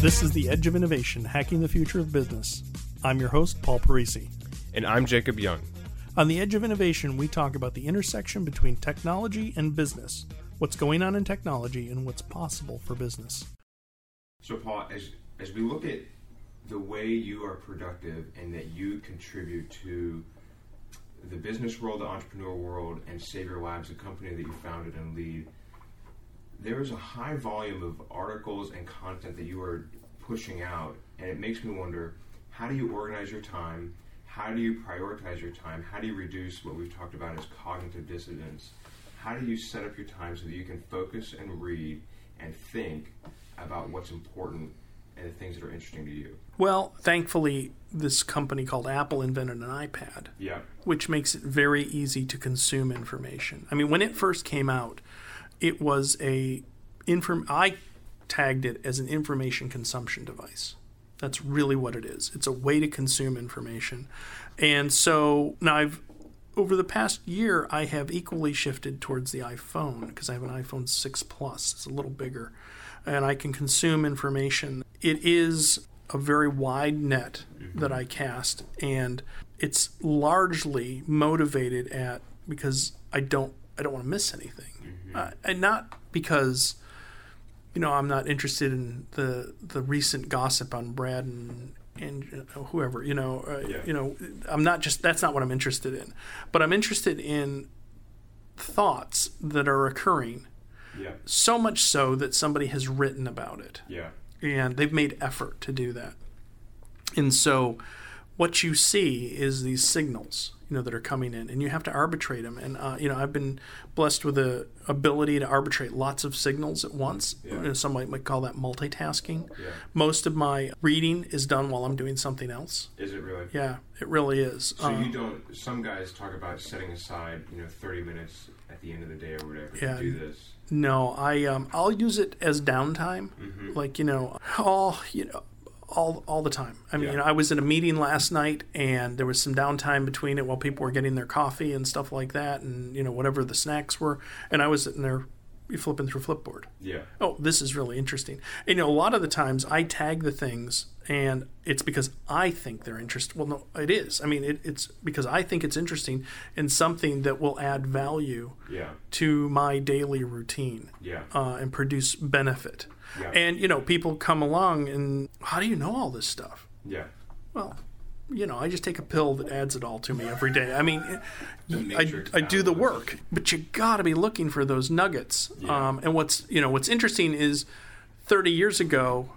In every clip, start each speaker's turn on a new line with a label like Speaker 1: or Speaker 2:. Speaker 1: This is The Edge of Innovation Hacking the Future of Business. I'm your host, Paul Parisi.
Speaker 2: And I'm Jacob Young.
Speaker 1: On The Edge of Innovation, we talk about the intersection between technology and business, what's going on in technology, and what's possible for business.
Speaker 3: So, Paul, as as we look at the way you are productive and that you contribute to the business world, the entrepreneur world, and Save Your Lives, the company that you founded and lead, there is a high volume of articles and content that you are pushing out, and it makes me wonder: how do you organize your time? How do you prioritize your time? How do you reduce what we've talked about as cognitive dissonance? How do you set up your time so that you can focus and read and think about what's important and the things that are interesting to you?
Speaker 1: Well, thankfully, this company called Apple invented an iPad,
Speaker 3: Yeah.
Speaker 1: which makes it very easy to consume information. I mean, when it first came out, it was a inform I tagged it as an information consumption device. That's really what it is. It's a way to consume information. And so now I've over the past year I have equally shifted towards the iPhone because I have an iPhone 6 Plus. It's a little bigger and I can consume information. It is a very wide net that I cast and it's largely motivated at because I don't I don't want to miss anything. Uh, and not because you know, I'm not interested in the the recent gossip on Brad and and uh, whoever. You know, uh,
Speaker 3: Yeah.
Speaker 1: you know, I'm not just that's not what I'm interested in, but I'm interested in thoughts that are occurring
Speaker 3: Yeah.
Speaker 1: so much so that somebody has written about it
Speaker 3: Yeah.
Speaker 1: and they've made effort to do that. And so what you see is these signals, you know, that are coming in, and you have to arbitrate them. And uh, you know, I've been blessed with the ability to arbitrate lots of signals at once.
Speaker 3: Yeah.
Speaker 1: You know, some might, might call that multitasking.
Speaker 3: Yeah.
Speaker 1: Most of my reading is done while I'm doing something else.
Speaker 3: Is it really?
Speaker 1: Yeah, it really is.
Speaker 3: So
Speaker 1: Um,
Speaker 3: you don't. Some guys talk about setting aside, you know, thirty minutes at the end of the day or whatever
Speaker 1: Yeah.
Speaker 3: to do this.
Speaker 1: No, I um, I'll use it as downtime, like you know, all you know, all all the time. I mean,
Speaker 3: Yeah.
Speaker 1: you know, I was in a meeting last night, and there was some downtime between it while people were getting their coffee and stuff like that, and you know, whatever the snacks were, and I was sitting there flipping through Flipboard.
Speaker 3: Yeah.
Speaker 1: Oh, this is really interesting. And, you know, a lot of the times I tag the things, and it's because I think they're interesting. Well, no, it is. I mean, it, it's because I think it's interesting and something that will add value
Speaker 3: Yeah.
Speaker 1: to my daily routine
Speaker 3: Yeah.
Speaker 1: uh, and produce benefit.
Speaker 3: Yeah.
Speaker 1: And you know, people come along and how do you know all this stuff?
Speaker 3: yeah.
Speaker 1: Well, you know, I just take a pill that adds it all to me every day. I mean, I,
Speaker 3: Matrix
Speaker 1: I do the
Speaker 3: algorithm.
Speaker 1: work, but you got to be looking for those nuggets.
Speaker 3: Yeah.
Speaker 1: Um, and what's you know what's interesting is, thirty years ago,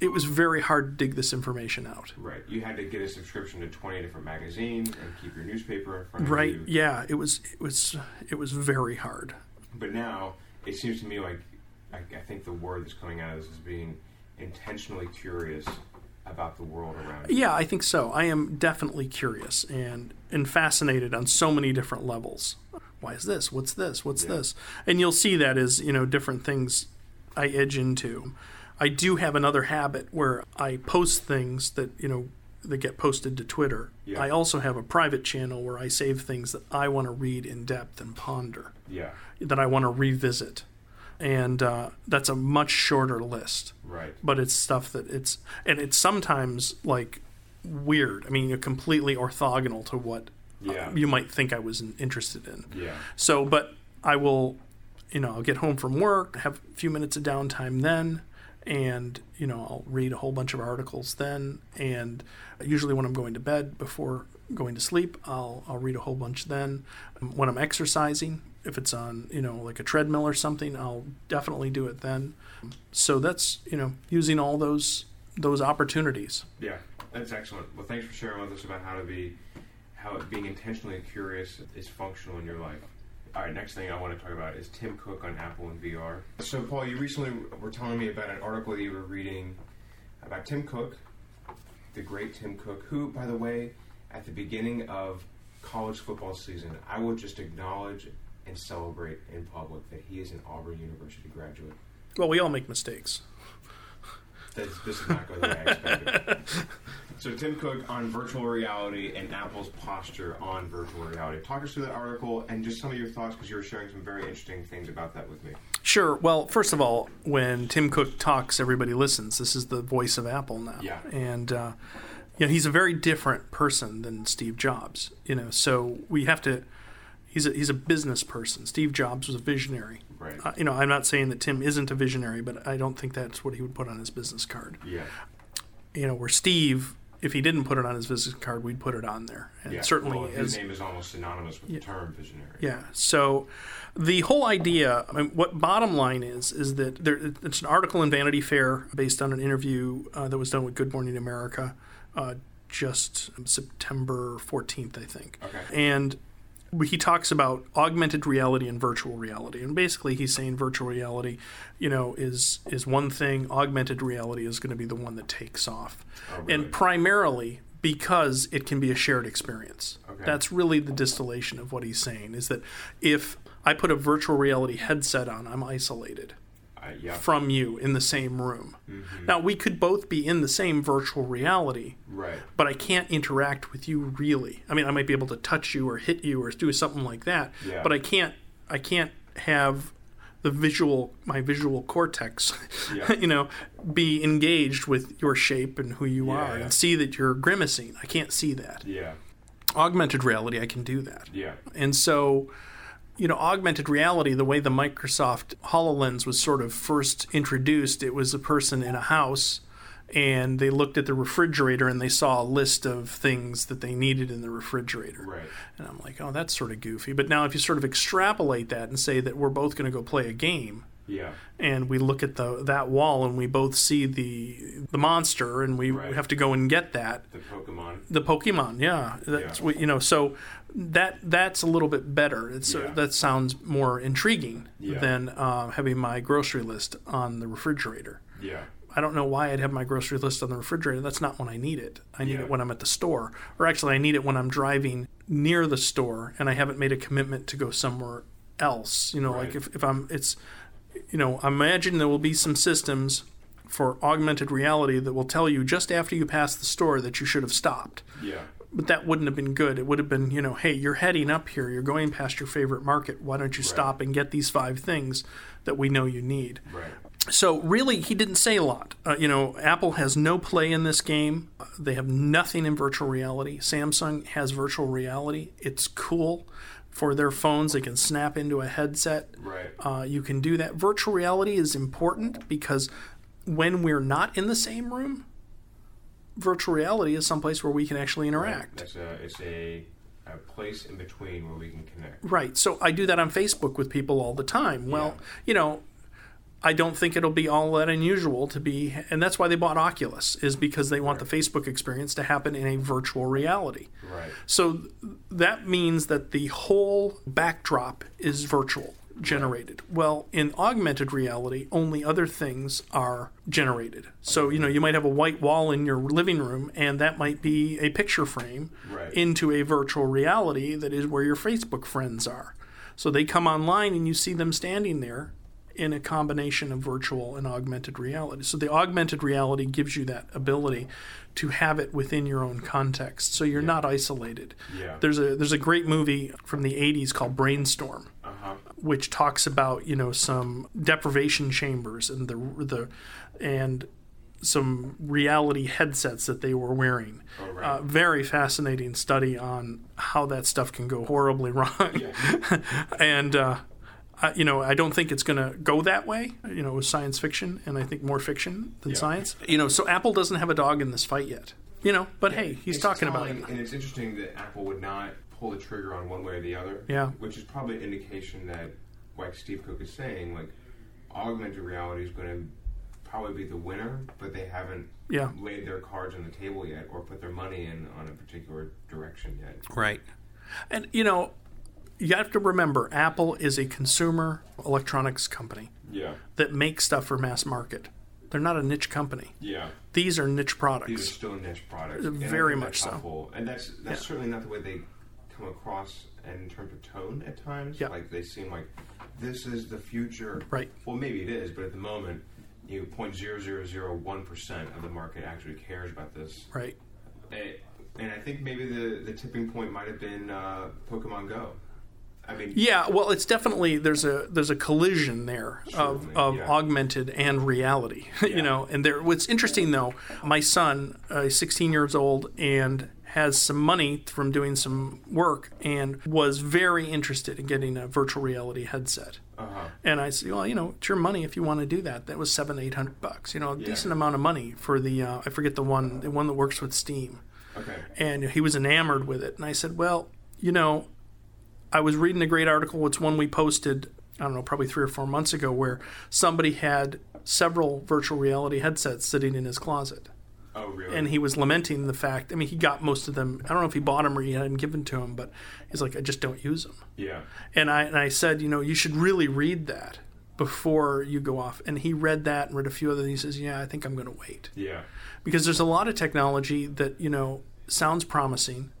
Speaker 1: it was very hard to dig this information out.
Speaker 3: Right. You had to get a subscription to twenty different magazines and keep your newspaper in front
Speaker 1: Right?
Speaker 3: of you.
Speaker 1: Yeah. It was it was it was very hard.
Speaker 3: But now it seems to me like I, I think the word that's coming out of this is being intentionally curious about the world around you.
Speaker 1: Yeah, I think so. I am definitely curious and and fascinated on so many different levels. Why is this? What's this? What's this? And you'll see that as you know different things I edge into. I do have another habit where I post things that you know that get posted to Twitter.
Speaker 3: Yeah.
Speaker 1: I also have a private channel where I save things that I want to read in depth and ponder
Speaker 3: Yeah.
Speaker 1: that I want to revisit, and uh, that's a much shorter list
Speaker 3: Right.
Speaker 1: but it's stuff that it's and it's sometimes like weird. I mean, you're completely orthogonal to what uh,
Speaker 3: Yeah.
Speaker 1: you might think I was in- interested in.
Speaker 3: Yeah.
Speaker 1: So, but I will, you know, I'll get home from work, have a few minutes of downtime then, and you know, I'll read a whole bunch of articles then, and usually when I'm going to bed before going to sleep, I'll I'll read a whole bunch then. When I'm exercising, if it's on, you know, like a treadmill or something, I'll definitely do it then. So that's, you know, using all those those opportunities.
Speaker 3: Yeah, that's excellent. Well, thanks for sharing with us about how to be, how being intentionally curious is functional in your life. All right, next thing I want to talk about is Tim Cook on Apple and VR. So, Paul, you recently were telling me about an article that you were reading about Tim Cook, the great Tim Cook, who, by the way, at the beginning of college football season, I will just acknowledge and celebrate in public that he is an Auburn University graduate.
Speaker 1: Well, we all make mistakes.
Speaker 3: That's, this is not going the way I expected. So Tim Cook on virtual reality and Apple's posture on virtual reality. Talk us through that article and just some of your thoughts because you were sharing some very interesting things about that with me.
Speaker 1: Sure. Well, first of all, when Tim Cook talks, everybody listens. This is the voice of Apple now.
Speaker 3: Yeah.
Speaker 1: And uh, you know, he's a very different person than Steve Jobs. You know, so we have to. He's a, he's a business person. Steve Jobs was a visionary.
Speaker 3: Right.
Speaker 1: Uh, you know, I'm not saying that Tim isn't a visionary, but I don't think that's what he would put on his business card.
Speaker 3: Yeah.
Speaker 1: You know, where Steve, if he didn't put it on his business card, we'd put it on there. And
Speaker 3: Yeah.
Speaker 1: certainly
Speaker 3: Well, his
Speaker 1: as
Speaker 3: name is almost synonymous with the term visionary.
Speaker 1: yeah. So the whole idea, I mean, what bottom line is, is that there, it's an article in Vanity Fair based on an interview uh, that was done with Good Morning America uh, just September 14th, I think.
Speaker 3: Okay.
Speaker 1: And he talks about augmented reality and virtual reality. And basically he's saying virtual reality, you know, is is one thing, augmented reality is going to be the one that takes off.
Speaker 3: Oh, really?
Speaker 1: And primarily because it can be a shared experience.
Speaker 3: Okay.
Speaker 1: That's really the distillation of what he's saying is that if I put a virtual reality headset on, I'm isolated
Speaker 3: I- Uh, yeah. Mm-hmm.
Speaker 1: from you in the same room. Now, we could both be in the same virtual reality,
Speaker 3: Right.
Speaker 1: but I can't interact with you really. I mean, I might be able to touch you or hit you or do something like that,
Speaker 3: Yeah.
Speaker 1: but I can't I can't have the visual my visual cortex
Speaker 3: Yeah.
Speaker 1: you know be engaged with your shape and who you
Speaker 3: Yeah,
Speaker 1: are
Speaker 3: yeah.
Speaker 1: and see that you're grimacing. I can't see that.
Speaker 3: Yeah.
Speaker 1: Augmented reality I can do that.
Speaker 3: Yeah.
Speaker 1: And so, you know, augmented reality, the way the Microsoft HoloLens was sort of first introduced, it was a person in a house and they looked at the refrigerator and they saw a list of things that they needed in the refrigerator.
Speaker 3: Right.
Speaker 1: And I'm like, oh, that's sort of goofy. But now, if you sort of extrapolate that and say that we're both going to go play a game,
Speaker 3: Yeah.
Speaker 1: and we look at the that wall and we both see the the monster and we
Speaker 3: Right.
Speaker 1: have to go and get that
Speaker 3: The Pokemon.
Speaker 1: the Pokemon, yeah, that's
Speaker 3: Yeah.
Speaker 1: what you know. So that that's a little bit better. It's
Speaker 3: Yeah.
Speaker 1: that sounds more intriguing
Speaker 3: Yeah.
Speaker 1: than uh, having my grocery list on the refrigerator.
Speaker 3: Yeah.
Speaker 1: I don't know why I'd have my grocery list on the refrigerator. That's not when I need it. I need
Speaker 3: Yeah.
Speaker 1: it when I'm at the store, or actually, I need it when I'm driving near the store and I haven't made a commitment to go somewhere else. You know, like
Speaker 3: Right.
Speaker 1: if if I'm it's, you know, I imagine there will be some systems for augmented reality that will tell you just after you pass the store that you should have stopped
Speaker 3: Yeah.
Speaker 1: but that wouldn't have been good. It would have been, you know, hey, you're heading up here. You're going past your favorite market. Why don't you stop and get these five things that we know you need?
Speaker 3: Right.
Speaker 1: So, really, he didn't say a lot. Uh, you know, Apple has no play in this game, Uh, they have nothing in virtual reality. Samsung has virtual reality. It's cool for their phones, they can snap into a headset.
Speaker 3: Right.
Speaker 1: Uh, you can do that. Virtual reality is important because when we're not in the same room, virtual reality is someplace where we can actually interact.
Speaker 3: That's a. It's a. A place in between where we can connect.
Speaker 1: Right. So I do that on Facebook with people all the time. Well, you know, I don't think it'll be all that unusual to be, and that's why they bought Oculus, is because they want the Facebook experience to happen in a virtual reality.
Speaker 3: Right.
Speaker 1: So th- that means that the whole backdrop is virtual generated. Well, in augmented reality, only other things are generated. So, you know, you might have a white wall in your living room and that might be a picture frame
Speaker 3: Right.
Speaker 1: into a virtual reality that is where your Facebook friends are. So they come online and you see them standing there in a combination of virtual and augmented reality. So the augmented reality gives you that ability to have it within your own context. So you're not isolated.
Speaker 3: Yeah.
Speaker 1: There's a there's a great movie from the 80s called Brainstorm
Speaker 3: Uh huh.
Speaker 1: which talks about, you know, some deprivation chambers and the the and some reality headsets that they were wearing.
Speaker 3: Oh, right.
Speaker 1: Uh, very fascinating study on how that stuff can go horribly wrong. and, uh, I, you know, I don't think it's going to go that way. You know, it was science fiction, and I think more fiction than
Speaker 3: Yeah.
Speaker 1: science. You know, so Apple doesn't have a dog in this fight yet. You know, but hey, he's
Speaker 3: It's
Speaker 1: talking about
Speaker 3: telling-
Speaker 1: it.
Speaker 3: And it's interesting that Apple would not pull the trigger on one way or the other.
Speaker 1: Yeah.
Speaker 3: Which is probably an indication that, like Steve Cook is saying, like augmented reality is going to probably be the winner, but they haven't
Speaker 1: Yeah.
Speaker 3: laid their cards on the table yet or put their money in on a particular direction yet.
Speaker 1: Right. And, you know, you have to remember Apple is a consumer electronics company
Speaker 3: Yeah.
Speaker 1: that makes stuff for mass market. They're not a niche company.
Speaker 3: Yeah.
Speaker 1: These are niche
Speaker 3: These are
Speaker 1: products.
Speaker 3: still niche products. and I
Speaker 1: very
Speaker 3: think
Speaker 1: much
Speaker 3: that's
Speaker 1: so.
Speaker 3: helpful. And that's that's certainly not the way they come across in terms of tone at times.
Speaker 1: Yeah.
Speaker 3: Like they seem like this is the future.
Speaker 1: Right.
Speaker 3: Well, maybe it is, but at the moment, you know, 0.0001% of the market actually cares about this
Speaker 1: Right.
Speaker 4: Eh, And I think maybe the, the tipping point might have been uh, Pokemon Go. I mean,
Speaker 1: Yeah, well, it's definitely there's a there's a collision there of,
Speaker 4: Certainly,
Speaker 1: of
Speaker 4: yeah.
Speaker 1: augmented and reality, you know. And there, what's interesting though, my son, uh, he's 16 years old, and has some money from doing some work, and was very interested in getting a virtual reality headset.
Speaker 4: uh-huh.
Speaker 1: And I said, well, you know, it's your money if you want to do that. That was seven, eight hundred bucks, you know, a decent amount of money for the uh, I forget the one the one that works with Steam
Speaker 4: okay.
Speaker 1: and he was enamored with it. And I said, Well, you know, I was reading a great article. It's one we posted, I don't know, probably three or four months ago, where somebody had several virtual reality headsets sitting in his closet.
Speaker 4: Oh, really?
Speaker 1: And he was lamenting the fact, I mean, he got most of them. I don't know if he bought them or he had them given to him, but he's like, I just don't use them.
Speaker 4: yeah.
Speaker 1: And I, and I said, you know, you should really read that before you go off. And he read that and read a few other things. He says, yeah, I think I'm going to wait
Speaker 4: Yeah.
Speaker 1: because there's a lot of technology that you know sounds promising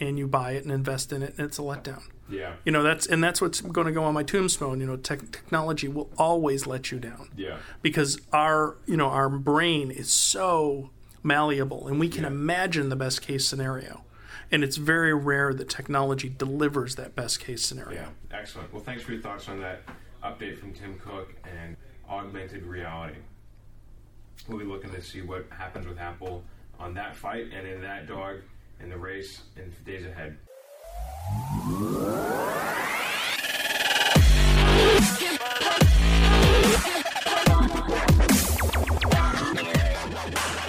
Speaker 1: and you buy it and invest in it and it's a letdown
Speaker 4: Yeah.
Speaker 1: you know that's and that's what's going to go on my tombstone you know tech, technology will always let you down
Speaker 4: Yeah.
Speaker 1: because our you know our brain is so malleable and we can imagine the best case scenario and it's very rare that technology delivers that best case scenario
Speaker 4: Yeah. Excellent. Well, thanks for your thoughts on that update from Tim Cook and augmented reality. We'll be looking to see what happens with Apple on that fight and in that dog and the race in the days ahead.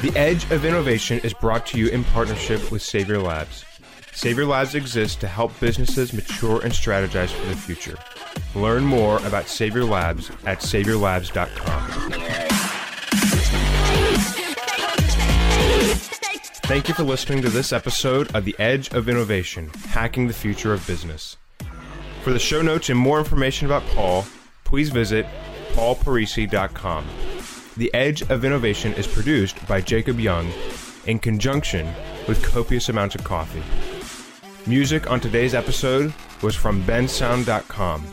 Speaker 4: The Edge of Innovation is brought to you in partnership with Savior Labs. Savior Labs exists to help businesses mature and strategize for the future. Learn more about Savior Labs at saviorlabs.com. Thank you for listening to this episode of The Edge of Innovation Hacking the Future of Business. For the show notes and more information about Paul, please visit paulparisi.com. The Edge of Innovation is produced by Jacob Young in conjunction with copious amounts of coffee. Music on today's episode was from bensound.com.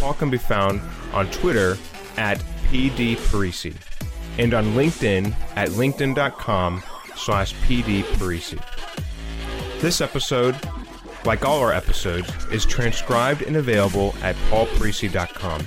Speaker 4: Paul can be found on Twitter at pdparisi and on LinkedIn at linkedin.com slash pdparisi. This episode, like all our episodes, is transcribed and available at paulparisi.com.